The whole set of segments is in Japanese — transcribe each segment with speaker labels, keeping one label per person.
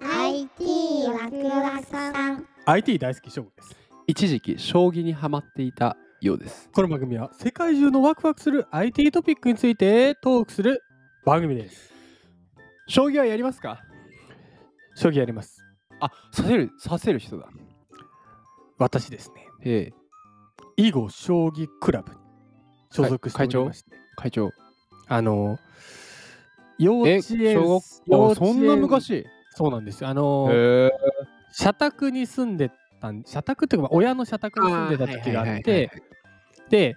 Speaker 1: IT ワクワクさん
Speaker 2: IT 大好き勝負です
Speaker 3: 一時期将棋にハマっていたようです
Speaker 2: この番組は世界中のワクワクする IT トピックについてトークする番組です
Speaker 3: 将棋はやりますか
Speaker 2: 将棋やります
Speaker 3: あさせるさせる人だ
Speaker 2: 私ですね
Speaker 3: ええ
Speaker 2: 囲碁将棋クラブに所属しておりまして、
Speaker 3: 会長
Speaker 2: あの幼稚
Speaker 3: え
Speaker 2: 園
Speaker 3: 小学
Speaker 2: 幼
Speaker 3: 校
Speaker 2: 稚園
Speaker 3: そんな昔へ
Speaker 2: そうなんですよあの
Speaker 3: え
Speaker 2: 社宅に住んでたん社宅っていうかまあ親の社宅に住んでた時があっ
Speaker 3: あーはいはいはい
Speaker 2: てで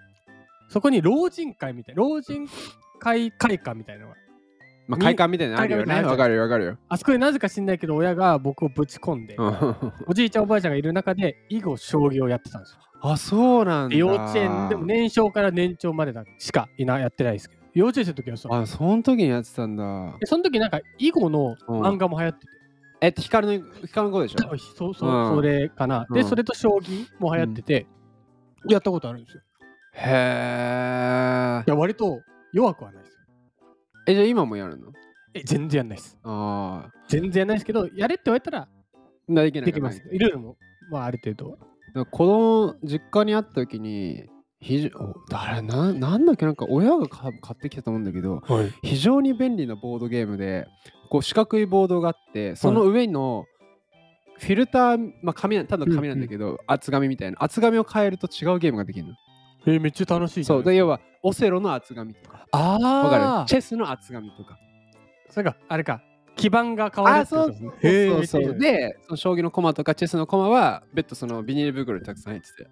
Speaker 2: そこに老人会みたい老人会会館みたいなのが
Speaker 3: まあ快感みたいなのあるよね
Speaker 2: 快感み
Speaker 3: わ
Speaker 2: た
Speaker 3: かるよわかるよ
Speaker 2: あそこになぜか知んないけど親が僕をぶち込んで、
Speaker 3: うん
Speaker 2: おじいちゃんおばあちゃんがいる中で囲碁将棋をやってたんですよ。
Speaker 3: あそうなんだ
Speaker 2: で幼稚園でも年少から年長までだしかいなやってないですけど幼稚園生の時はそう。
Speaker 3: あその時にやってたんだ
Speaker 2: でその時なんか囲碁の漫画も流行ってて、
Speaker 3: えっと光の光の子でし
Speaker 2: 多
Speaker 3: ょ
Speaker 2: 分そうそう
Speaker 3: うん
Speaker 2: それかな、
Speaker 3: う
Speaker 2: で
Speaker 3: ん
Speaker 2: それと将棋も流行ってて、やったことあるんですよ。
Speaker 3: へえ
Speaker 2: いや割と弱くはないですよ。
Speaker 3: えじゃあ今もやるの
Speaker 2: え全然やんないです。
Speaker 3: ああ
Speaker 2: 全然やんないですけどやれって言われたら
Speaker 3: できない
Speaker 2: できます。ルールも、まあ、ある程度。
Speaker 3: だから子供実家にあった時に非常お誰ななんだっけなんか親がか買ってきたと思うんだけど
Speaker 2: はい、
Speaker 3: 非常に便利なボードゲームでこう四角いボードがあってその上のフィルター、まあ、紙なんただの紙なんだけど、厚紙みたいな厚紙を変えると違うゲームができるの。
Speaker 2: えめっちゃ楽しいじゃ
Speaker 3: そ
Speaker 2: な
Speaker 3: う
Speaker 2: いですか。
Speaker 3: で要はオセロの厚紙とか
Speaker 2: ああ。
Speaker 3: わかるチェスの厚紙とか。
Speaker 2: それか、あれか、基盤が変わる
Speaker 3: あ
Speaker 2: ってこ
Speaker 3: そ
Speaker 2: と
Speaker 3: う
Speaker 2: です
Speaker 3: そ
Speaker 2: ねへ
Speaker 3: うそ
Speaker 2: ー
Speaker 3: うそ
Speaker 2: めっちゃいいじゃ
Speaker 3: う
Speaker 2: ないで
Speaker 3: でその将棋の駒とかチェスの駒は別途そのビニール袋にたくさん入ってて
Speaker 2: す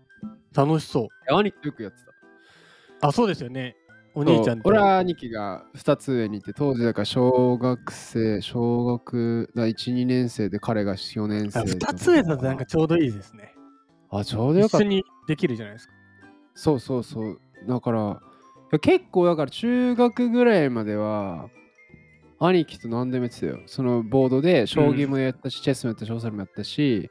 Speaker 2: か楽しそう。
Speaker 3: 兄貴よくやってた。
Speaker 2: あ、そうですよね。お兄ちゃん
Speaker 3: そう
Speaker 2: と。
Speaker 3: 俺は兄貴が2つ上にいて当時だから小学生小学だ12年生で彼が4年生とか
Speaker 2: 2つ上だとなんかちょうどいいですね。
Speaker 3: あちょうどよ
Speaker 2: 一
Speaker 3: かっ
Speaker 2: 緒
Speaker 3: た
Speaker 2: にできるじゃないですか。
Speaker 3: そうそうそうだからいや結構だから中学ぐらいまでは兄貴と何でもやってたよそのボードで将棋もやったし、チェスもやったしオセロもやったし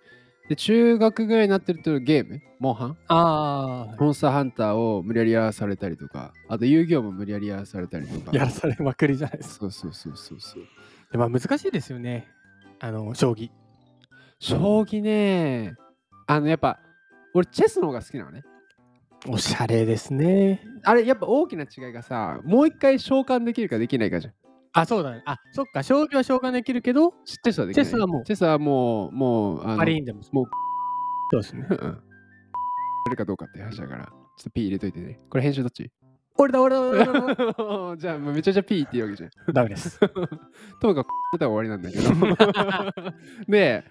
Speaker 3: で中学ぐらいになってるとゲームモンハン
Speaker 2: あ
Speaker 3: モンスターハンターを無理やりやらされたりとかあと遊戯王も無理やりやらされたりとか
Speaker 2: やらされまくりじゃないですか。
Speaker 3: そうそうそうそうそう
Speaker 2: でまあ難しいですよね。あの、将棋。
Speaker 3: 将棋ねあのやっぱ俺チェスの方が好きなのね
Speaker 2: おしゃれですね。
Speaker 3: あれやっぱ大きな違いがさもう一回召喚できるかできないかじゃん
Speaker 2: あ、そうだね。あ、そっか、将棋は召喚できるけど、
Speaker 3: チェスはできない
Speaker 2: チェスはもう
Speaker 3: チェスはもうもうあ
Speaker 2: マリーンでも。
Speaker 3: もう
Speaker 2: そうですね。
Speaker 3: うんやるかどうかっていう話だからちょっと P 入れといてねこれ編集ど っち
Speaker 2: 俺だ、俺だ、俺だ俺だ。
Speaker 3: じゃあもうめちゃめちゃ P って言うわけじゃん
Speaker 2: ダメです。
Speaker 3: ともかくたら終わりなんだけ どで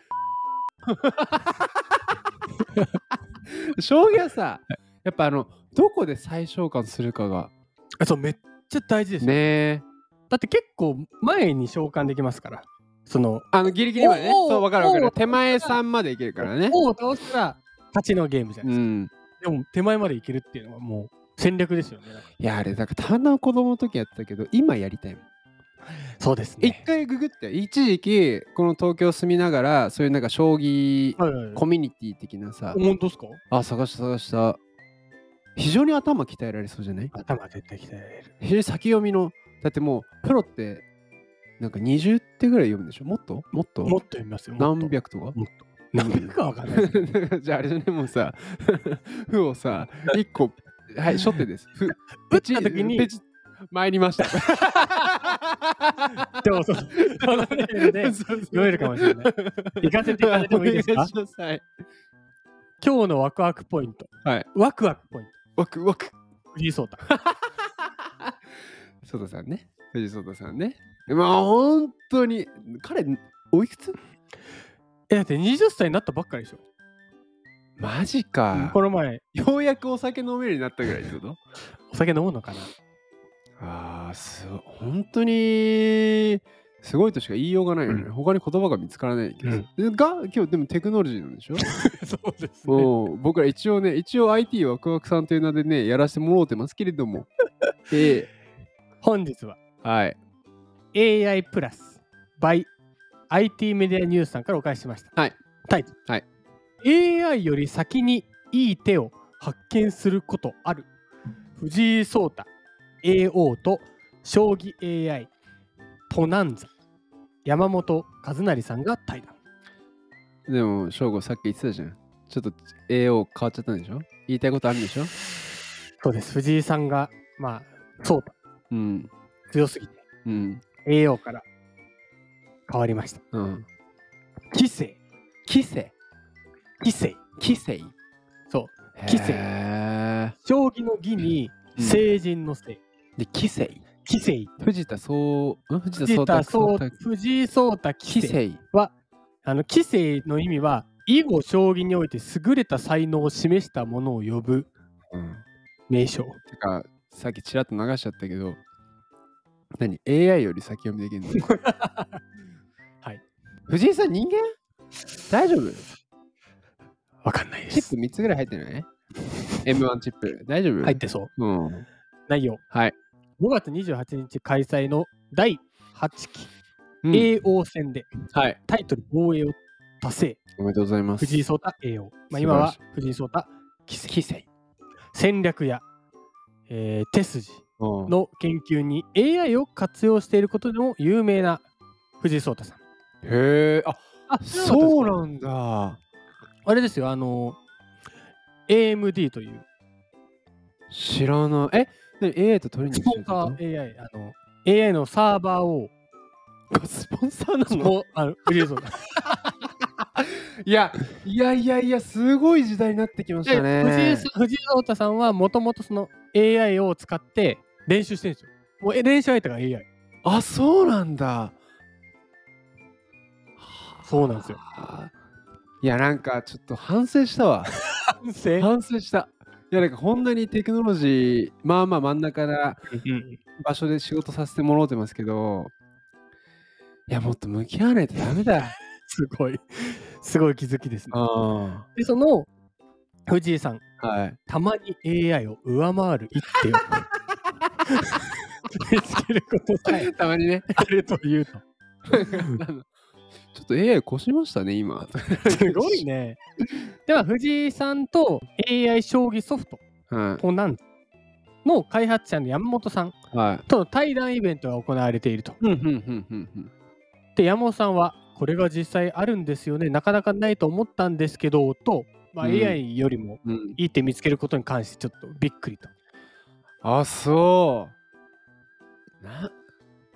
Speaker 3: 将棋はさやっぱあのどこで再召喚するかが
Speaker 2: あ そう、めっちゃ大事ですよ
Speaker 3: ねえ
Speaker 2: だって結構前に召喚できますから。その、
Speaker 3: あのギリギリまでね。
Speaker 2: おー
Speaker 3: そう、わかるわか
Speaker 2: お
Speaker 3: る。
Speaker 2: ー
Speaker 3: 手前さんまでいけるからね。
Speaker 2: 王を倒したら勝ちのゲームじゃな
Speaker 3: う
Speaker 2: いですか。
Speaker 3: ん。
Speaker 2: でも手前までいけるっていうのはもう戦略ですよね。
Speaker 3: いや、あれ、だから、たんだん子供の時やってたけど、今やりたいもん。
Speaker 2: そうです
Speaker 3: 一。回ググって、一時期、この東京住みながら、そういうなんか将棋
Speaker 2: はいはいはい。
Speaker 3: コミュニティ的なさ、
Speaker 2: 本当ですか
Speaker 3: あ、探した探した。非常に頭鍛えられそうじゃない
Speaker 2: 頭絶対鍛えられる。
Speaker 3: 非常に先読みの、だってもう、プロって、なんか20手ぐらい読むんでしょもっともっと
Speaker 2: もっと読みますよ。もっと
Speaker 3: 何百とか
Speaker 2: もっと。何百かわかんないですけ
Speaker 3: じゃああれじゃねもうさ負をさ一個はい初手です負
Speaker 2: 打った時に
Speaker 3: ペチ参りました
Speaker 2: ど。でもそう、そのレベル で酔えるかもしれない。行かせていただいてもいいですか
Speaker 3: お願しなさい
Speaker 2: 今日のワクワクポイント。
Speaker 3: はい。
Speaker 2: ワクワクポイント。
Speaker 3: ワクワク
Speaker 2: 藤井聡太。
Speaker 3: ソタさんね藤井ソタさんねまあ本当に彼おいくつ
Speaker 2: え、だって20歳になったばっかりでしょ。
Speaker 3: マジか
Speaker 2: この前、
Speaker 3: ようやくお酒飲めるようになったぐらいってこと
Speaker 2: お酒飲むのかな
Speaker 3: ああすごい本当にすごいとしか言いようがないよね、
Speaker 2: う
Speaker 3: 他に言葉が見つからないけど、が今日でもテクノロジーなんでしょ
Speaker 2: そうです
Speaker 3: もう僕ら一応ね一応 IT ワクワクさんという名でねやらせてもろうてますけれど もえ
Speaker 2: 本日は。
Speaker 3: えはい
Speaker 2: AI プラス by IT メディアニュースさんからお返ししました。
Speaker 3: はい。
Speaker 2: タイトル。
Speaker 3: はい
Speaker 2: AI より先にいい手を発見することある。藤井聡太 AO と将棋 AI ポナンザ山本和成さんが対談。
Speaker 3: でも、翔吾さっき言ってたじゃん。ちょっと AO 変わっちゃったんでしょ言いたいことあるんでしょ
Speaker 2: そうです。藤井さんが、まあ、そうだ、
Speaker 3: うん。
Speaker 2: 強すぎて、
Speaker 3: うん。
Speaker 2: AO から変わりました。
Speaker 3: うん。
Speaker 2: 棋聖、
Speaker 3: キセ
Speaker 2: 棋聖、
Speaker 3: キセイ
Speaker 2: そう。
Speaker 3: キ
Speaker 2: キ
Speaker 3: セ
Speaker 2: セ
Speaker 3: イ
Speaker 2: イ
Speaker 3: へ
Speaker 2: 将棋の義に、
Speaker 3: うん
Speaker 2: 成人の聖、
Speaker 3: ーで、キセイ
Speaker 2: 棋聖、
Speaker 3: 藤田そう、ん藤
Speaker 2: 藤田
Speaker 3: 田
Speaker 2: 聡
Speaker 3: そう
Speaker 2: 太、藤井聡太、
Speaker 3: キ
Speaker 2: 棋聖。
Speaker 3: セイ
Speaker 2: あの、棋聖の意味は、囲碁将棋において優れた才能を示したものを呼ぶ
Speaker 3: うん。
Speaker 2: 名称。
Speaker 3: てか、さっきちらっと流しちゃったけど、何 ?AI より先読みで きるの
Speaker 2: はい。
Speaker 3: 藤井さん人間大丈夫
Speaker 2: わかんないで
Speaker 3: チッ
Speaker 2: す
Speaker 3: プ。3つぐらい入ってない ?M1 チップ。大丈夫
Speaker 2: 入ってそう。
Speaker 3: うん。
Speaker 2: 内容。
Speaker 3: はい。
Speaker 2: 5月28日開催の第8期
Speaker 3: うん
Speaker 2: 叡王戦で
Speaker 3: はい。
Speaker 2: タイトル防衛を達成。
Speaker 3: おめでとうございます。
Speaker 2: 藤井聡太叡王。まあ、
Speaker 3: 素晴らしい
Speaker 2: 今は藤井聡太棋聖。戦略や、えー手筋
Speaker 3: うん
Speaker 2: の研究に AI を活用していることでも有名な藤井聡太さん。
Speaker 3: へえ、あ
Speaker 2: あ
Speaker 3: そう
Speaker 2: の
Speaker 3: なんだ。
Speaker 2: あれですよ、あの、AMD という、
Speaker 3: 知らない。え、何 AI とトレーニ
Speaker 2: ス
Speaker 3: ング
Speaker 2: ポン
Speaker 3: してる
Speaker 2: サ
Speaker 3: こ
Speaker 2: ー AI、あの、AI のサーバーを、
Speaker 3: とスポンサーなの
Speaker 2: もうあの藤井聡太。
Speaker 3: いや、いやいやいや、すごい時代になってきまし
Speaker 2: で
Speaker 3: たね。
Speaker 2: 藤井さん藤井聡太さんはもともとその AI を使って練習してるんですよ。もうえ練習相手が AI。
Speaker 3: あ、そうなんだ。
Speaker 2: そうなん ですよ。
Speaker 3: あいや、なんかちょっと反省したわ。反省した。いや、なんかこんなにテクノロジー、まあまあ真ん中な
Speaker 2: うん
Speaker 3: 場所で仕事させてもらってますけど、いや、もっと向き合わないとダメ だ。
Speaker 2: すごい、すごい気づきですね。
Speaker 3: あ
Speaker 2: で、その藤井さん、
Speaker 3: あ。はい。
Speaker 2: たまに AI を上回る一手を見つけることさえ
Speaker 3: たまにね。
Speaker 2: あるというと。
Speaker 3: ちょっと AI 越しましたね、今。
Speaker 2: すごいね。では、藤井さんと AI 将棋ソフト、
Speaker 3: は
Speaker 2: ポナンズの開発者の山本さん
Speaker 3: い。はい。
Speaker 2: との対談イベントが行われていると。
Speaker 3: うんうんうんうんうん。
Speaker 2: で山本さんはこれが実際あるんですよねなかなかないと思ったんですけどと、まあ、
Speaker 3: うん
Speaker 2: AI よりも
Speaker 3: うん、
Speaker 2: いい手見つけることに関してちょっとびっくりと。
Speaker 3: あ、そう。な、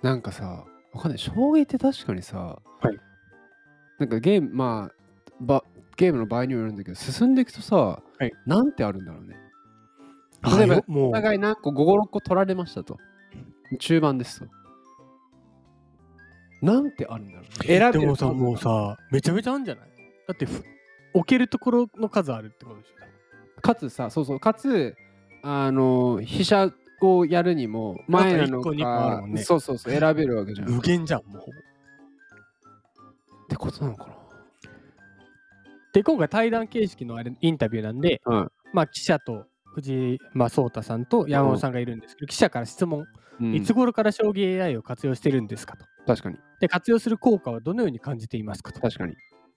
Speaker 3: なんかさ、わかんない。将棋って確かにさ、
Speaker 2: はい
Speaker 3: なんかゲーム、まあ、ばゲームの場合にもよるんだけど、進んでいくとさ、
Speaker 2: はい
Speaker 3: なんてあるんだろうね。例えば
Speaker 2: あよも
Speaker 3: お
Speaker 2: う
Speaker 3: 互い何個、5、6個取られましたと。中盤ですと。なんてあるんだろう、ね、選
Speaker 2: で
Speaker 3: べる
Speaker 2: もさもうさめちゃめちゃあるんじゃないだってふ置けるところの数あるってことでしょ。
Speaker 3: かつさそうそうかつあの飛車をやるにも前なの
Speaker 2: なんか一個二個ある
Speaker 3: か
Speaker 2: もんね
Speaker 3: そうそうそう選べるわけじゃんっ
Speaker 2: 無限じゃんもう。
Speaker 3: てことなのか
Speaker 2: で今回対談形式のあれインタビューなんで、
Speaker 3: は
Speaker 2: まあ記者と藤井、まあ、聡太さんと山本さんがいるんですけど、記者から質問、
Speaker 3: な、うん
Speaker 2: いつ頃から将棋 AI を活用してるんですかと。
Speaker 3: 確かに
Speaker 2: で活用する効果はどのように感じていますかと。
Speaker 3: 確かに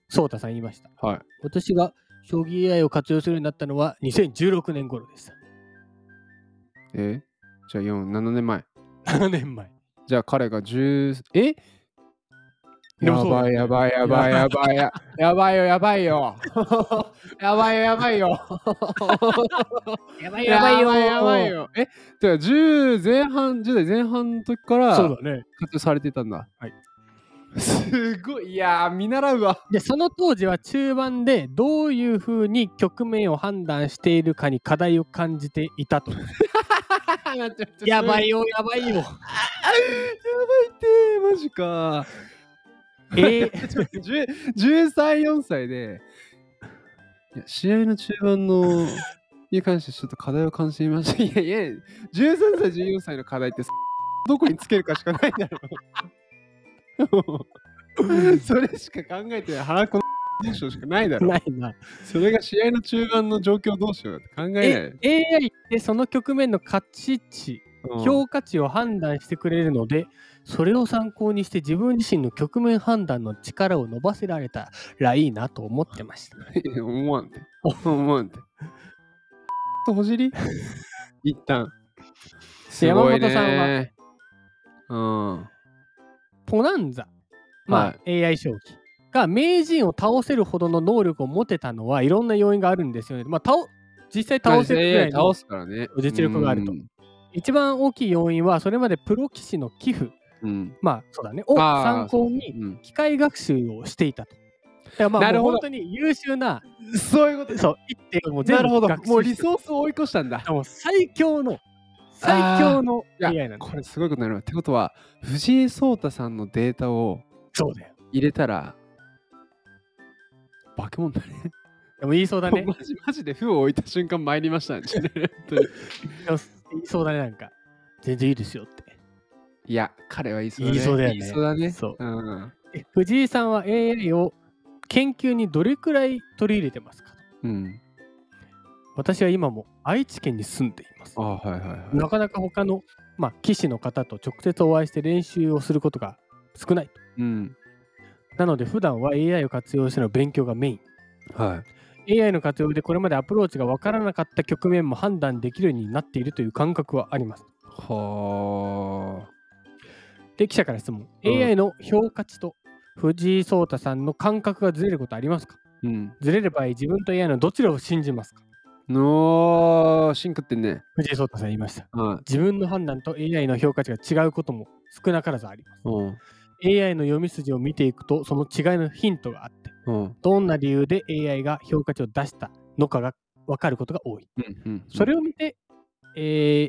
Speaker 2: 聡太さん言いました。
Speaker 3: はい
Speaker 2: 私が将棋 AI を活用するようになったのは2016年頃でした。
Speaker 3: えじゃあ47年前
Speaker 2: 7年前。
Speaker 3: じゃあ彼が10え
Speaker 2: で
Speaker 3: や
Speaker 2: もそうだ
Speaker 3: ばいやばいやばいやばいややばいよやばいよ やばいよやばいよ
Speaker 2: やばい
Speaker 3: やばいよえじゃあ10前半10代前半の時から
Speaker 2: そうだね。
Speaker 3: 活用されてたんだ。
Speaker 2: はい。
Speaker 3: すごい。いやー、見習うわ。
Speaker 2: で、その当時は中盤でどういうふうに局面を判断しているかに課題を感じていたと。 やばい
Speaker 3: よ。
Speaker 2: よ、やばいよ。
Speaker 3: やばいって、マジか。
Speaker 2: えー、
Speaker 3: 10 13、4歳で、いや試合の中盤の、に関してちょっと課題を感じていました。いやいや、13歳、14歳の課題って、 どこにつけるかしかないだ ろう。それしか考えてない。腹この文章しかないだろ。
Speaker 2: ないな。
Speaker 3: それが試合の中盤の状況どうしようなんて考えない。
Speaker 2: え AI ってその局面の価値値、
Speaker 3: うん
Speaker 2: 評価値を判断してくれるので、それを参考にして自分自身の局面判断の力を伸ばせられたらいいなと思ってました。
Speaker 3: いや 思わんて。思わんて。とほじり 一旦。すごいね
Speaker 2: 山本
Speaker 3: うん。
Speaker 2: ポナンザ、まあ AI 将棋が名人を倒せるほどの能力を持てたのはいろんな要因があるんですよね。まあ、倒実際倒せるくらい
Speaker 3: まあ
Speaker 2: の
Speaker 3: 倒すからね。
Speaker 2: 実力があると
Speaker 3: うん
Speaker 2: 一番大きい要因はそれまでプロ棋士の寄付
Speaker 3: うん。
Speaker 2: まあそうだねを
Speaker 3: あー
Speaker 2: 参考
Speaker 3: う
Speaker 2: に
Speaker 3: ん
Speaker 2: 機械学習をしていたと。だからまあ
Speaker 3: なる
Speaker 2: もう
Speaker 3: ほど
Speaker 2: 本当に優秀な
Speaker 3: そういうこと
Speaker 2: そう一点をもう全
Speaker 3: なる
Speaker 2: 部
Speaker 3: ほど。
Speaker 2: 学
Speaker 3: もう
Speaker 2: 習
Speaker 3: リ
Speaker 2: して
Speaker 3: ソースを追い越したんだ。
Speaker 2: もう最強の最強の
Speaker 3: いや
Speaker 2: AI なんだ
Speaker 3: これすごいことになるわ。ってことは、藤井聡太さんのデータを
Speaker 2: そうだよ。
Speaker 3: 入れたら、化け物だね。。
Speaker 2: でも言いそうだね
Speaker 3: マジマジで負を置いた瞬間参りま したね。本当に
Speaker 2: でも言いそうだねなんか全然いいですよって。
Speaker 3: いや、彼は言いそうだね。
Speaker 2: 言いそうだよね
Speaker 3: 言いそうだね。
Speaker 2: そう
Speaker 3: うん。
Speaker 2: え藤井さんは AI を研究にどれくらい取り入れてますか
Speaker 3: うん。
Speaker 2: 私は今も愛知県に住んでいます
Speaker 3: あ。はいはいはい。
Speaker 2: なかなか他の、まあ、棋士の方と直接お会いして練習をすることが少ない。
Speaker 3: うん。
Speaker 2: なので普段は AI を活用しての勉強がメイン。
Speaker 3: はい。
Speaker 2: AI の活用でこれまでアプローチが分からなかった局面も判断できるようになっているという感覚はあります。
Speaker 3: は
Speaker 2: で、記者から質問。
Speaker 3: うん
Speaker 2: AI の評価値と藤井聡太さんの感覚がずれることありますか
Speaker 3: あ。うん。
Speaker 2: ずれる場合、自分と AI のどちらを信じますか
Speaker 3: のー、シンクってんね。
Speaker 2: 藤井聡太さん言いました。
Speaker 3: はい。
Speaker 2: 自分の判断と AI の評価値が違うことも少なからずあります。
Speaker 3: うん。
Speaker 2: AI の読み筋を見ていくと、その違いのヒントがあって、
Speaker 3: うん。
Speaker 2: どんな理由で AI が評価値を出したのかが分かることが多い。
Speaker 3: うん。
Speaker 2: それを見て、えー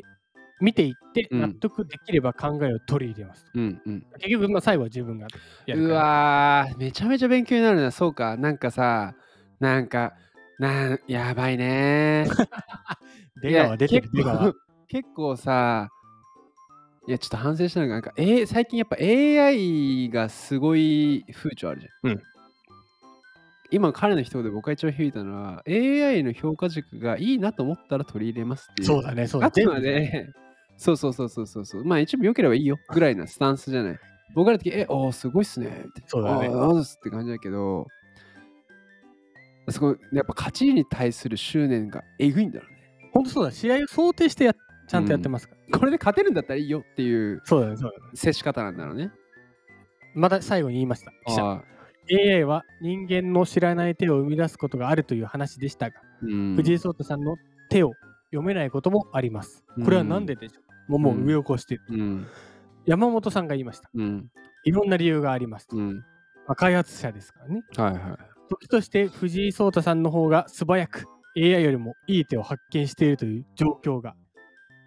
Speaker 2: 見ていって
Speaker 3: うん
Speaker 2: 納得できれば考えを取り入れます。
Speaker 3: うんうん。
Speaker 2: 結局、まあ、最後は自分がやる
Speaker 3: う
Speaker 2: から。
Speaker 3: わー、めちゃめちゃ勉強になるな。そうか。なんかさ、なんか、なんやばいねー。
Speaker 2: 出川出てる、
Speaker 3: い
Speaker 2: 出
Speaker 3: や
Speaker 2: 川
Speaker 3: 結構。 結構さ、いや、ちょっと反省したのが、なんか、えー最近やっぱ AI がすごい風潮あるじゃん。
Speaker 2: うん
Speaker 3: 今、彼の一言で僕が一番響いたのは、AI の評価軸がいいなと思ったら取り入れますっていう。
Speaker 2: そうだね、そうだ
Speaker 3: あく
Speaker 2: ね。
Speaker 3: まで、 そうそうそうそうそうそう。まあ一部良ければいいよぐらいなスタンスじゃない。僕らの時、え、ああ、すごいっすね。みたいな
Speaker 2: そうだね
Speaker 3: ああ、すって感じだけど、すごい、やっぱ勝ちに対する執念がえぐいんだろうね。
Speaker 2: 本当そうだ、試合を想定してやちゃんとやってますから。
Speaker 3: これで勝てるんだったらいいよっていう
Speaker 2: そうだね、そうだね。
Speaker 3: 接し方なんだろうね。
Speaker 2: また最後に言いました。記者
Speaker 3: ああ
Speaker 2: AI は人間の知らない手を生み出すことがあるという話でしたが、
Speaker 3: うん
Speaker 2: 藤井聡太さんの手を読めないこともあります。これは何ででしょう、もうもう上を越している、
Speaker 3: うん
Speaker 2: 山本さんが言いました。
Speaker 3: うん
Speaker 2: いろんな理由がありますと。
Speaker 3: うん
Speaker 2: まあ、開発者ですからね。
Speaker 3: はいはい。
Speaker 2: 時として藤井聡太さんの方が素早く AI よりもいい手を発見しているという状況が、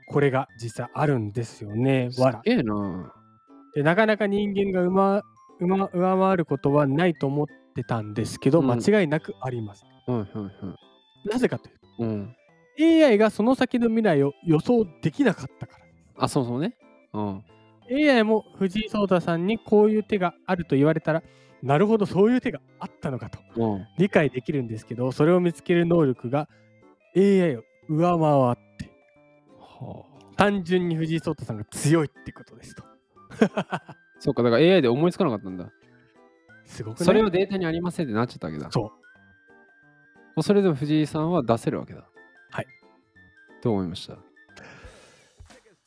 Speaker 2: これが実際あるんですよね。
Speaker 3: す
Speaker 2: わら。
Speaker 3: げえな。
Speaker 2: でなかなか人間がうまうま上回ることはないと思ってたんですけど、
Speaker 3: うん
Speaker 2: 間違いなくあります。
Speaker 3: はいはいはい。
Speaker 2: なぜかというと
Speaker 3: うん。
Speaker 2: AI がその先の未来を予想できなかったから。
Speaker 3: あ、そうそうね。うん。
Speaker 2: AI も藤井聡太さんにこういう手があると言われたらなるほどそういう手があったのかと
Speaker 3: うん。
Speaker 2: 理解できるんですけどそれを見つける能力が AI を上回って
Speaker 3: はあ。
Speaker 2: 単純に藤井聡太さんが強いってことですと。
Speaker 3: そうか、だから AI で思いつかなかったんだ。
Speaker 2: すごくない
Speaker 3: それをデータにありませんってなっちゃったわけだ。。
Speaker 2: そう
Speaker 3: それでも藤井さんは出せるわけだ。
Speaker 2: はい。
Speaker 3: と思いました。
Speaker 2: う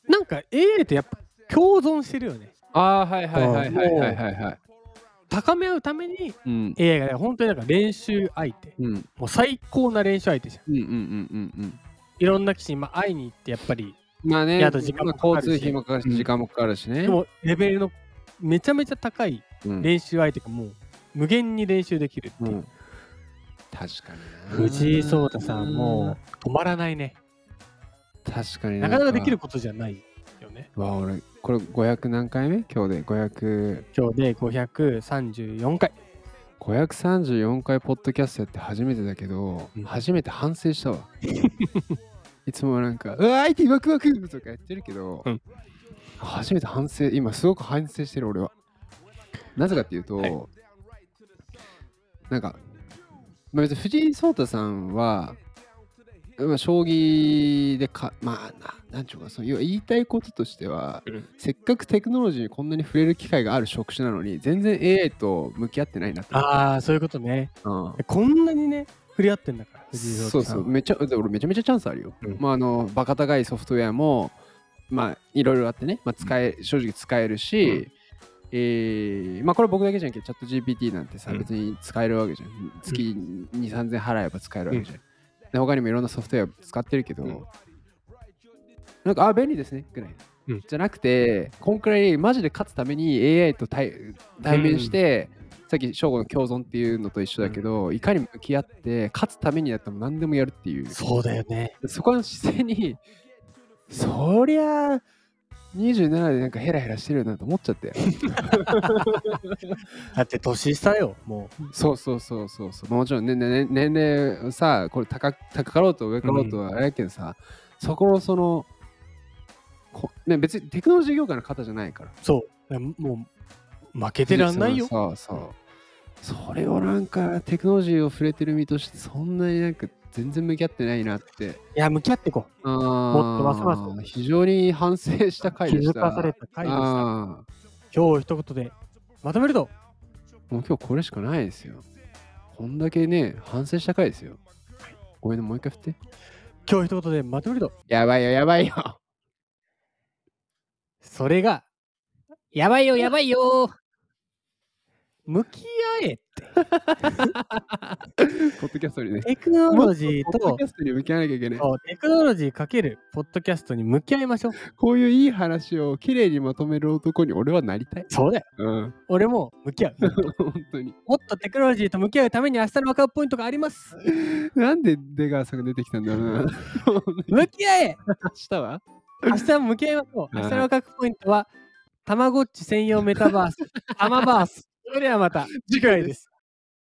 Speaker 2: なんか AI とやっぱ共存してるよね。
Speaker 3: ああー、はいはいはいはい
Speaker 2: うん
Speaker 3: はいはいはい。
Speaker 2: 高め合うために
Speaker 3: うん。
Speaker 2: AI が本当になんか練習相手
Speaker 3: うんうん
Speaker 2: もう最高な練習相手じゃん
Speaker 3: うんうんうんうん。
Speaker 2: いろんな棋士にまあ会いに行ってやっぱり
Speaker 3: まあね、
Speaker 2: であと時間もかかるし
Speaker 3: 交通費もかかるし、時間もかかるしね。
Speaker 2: でもレベルのめちゃめちゃ高い
Speaker 3: うん、
Speaker 2: 練習相手がもう無限に練習できるって
Speaker 3: う
Speaker 2: いう、
Speaker 3: ん確かにな。
Speaker 2: 藤井聡太さんもう止まらないね
Speaker 3: うん。確かに
Speaker 2: なかなかできる。ことじゃないよね
Speaker 3: わあ、俺、これ500何回目今日で500。
Speaker 2: 今日で534回
Speaker 3: 534回ポッドキャストやって初めてだけど、
Speaker 2: うん
Speaker 3: 初めて反省し たわいつもなんか「うわ相手ワクワク!」とかやってるけど、
Speaker 2: うん
Speaker 3: 初めて反省今すごく反省してる俺はなぜかっていうと、
Speaker 2: はい
Speaker 3: なんか、まあ、別に藤井聡太さんはまあ将棋でかまあななんちゅうかその要は言いたいこととしては、
Speaker 2: うん
Speaker 3: せっかくテクノロジーにこんなに触れる機会がある職種なのに全然 AI と向き合ってないなって思った
Speaker 2: ああそういうことね
Speaker 3: うん
Speaker 2: こんなにね振り合ってんだから藤井聡
Speaker 3: そう
Speaker 2: 太さ
Speaker 3: そ
Speaker 2: ん
Speaker 3: う、めちゃ、で俺めちゃめちゃチャンスあるよ。
Speaker 2: うん
Speaker 3: まあ、あの、バカ高いソフトウェアも、まあ、いろいろあってね、まあ、使え、正直使えるし、えーまあこれ僕だけじゃんけどチャット GPT なんてさ、
Speaker 2: うん
Speaker 3: 別に使えるわけじゃん。月2、3000払えば使えるわけじゃん。で他にもいろんなソフトウェア使ってるけど、
Speaker 2: うん
Speaker 3: なんかあ便利ですねぐらい、
Speaker 2: うん
Speaker 3: じゃなくて、こんくらいマジで勝つために AI と対対面して、さっき翔吾の共存っていうのと一緒だけど、いかに向き合って勝つためにだったら何でもやるっていう。
Speaker 2: そうだよね。
Speaker 3: そこの姿勢に、そりゃあ、27でなんかヘラヘラしてるよなと思っち ゃって。
Speaker 2: だって年下よ、も
Speaker 3: そうそうそうそうそう。もちろんね、ねね年齢さ、これ高高かろうと上かろうとはあれやけどさ、そこのその、こね、別にテクノロジー業界の方じゃないから。
Speaker 2: う。そう。もう、負けてらんないよ。
Speaker 3: そうそうそう。それをなんかテクノロジーを触れてる身として、そんなになんか全然向き合ってないなって。
Speaker 2: いや、向き合っていこう。
Speaker 3: あー
Speaker 2: もっとますます
Speaker 3: 非常に反省した回
Speaker 2: 気
Speaker 3: でし
Speaker 2: づ
Speaker 3: た。
Speaker 2: かされた回でした。
Speaker 3: あ
Speaker 2: 今日一言でまとめると、
Speaker 3: ーもう今日これしかないですよ。こんだけね、反省した回ですよ。ごめんね、もう一回振って。
Speaker 2: 今日一言でまとめると、
Speaker 3: やばいよ、やばいよ。
Speaker 2: それが、やばいよ、やばいよ向き合え
Speaker 3: ポッドキャストにね。
Speaker 2: テクノロジー
Speaker 3: ポッド
Speaker 2: と
Speaker 3: キ、ャストに向き合わなきゃいけない。
Speaker 2: そうテクノロジーかけるポッドキャストに向き合いましょう。
Speaker 3: こういういい話をきれいにまとめる男に俺はなりたい。
Speaker 2: そうだよ。
Speaker 3: うん。
Speaker 2: 俺も向 き合う。
Speaker 3: 本当に。
Speaker 2: もっとテクノロジーと向き合うために明日のワークアップポイントがあります。
Speaker 3: なんで出川さんが出てきたんだろうな。
Speaker 2: 向き合え
Speaker 3: 明日は
Speaker 2: 明日も向き合いましょう。
Speaker 3: はい
Speaker 2: 明日のワークアップポイン トは、たまごっち専用メタバース、たまバース。それではまた次回です。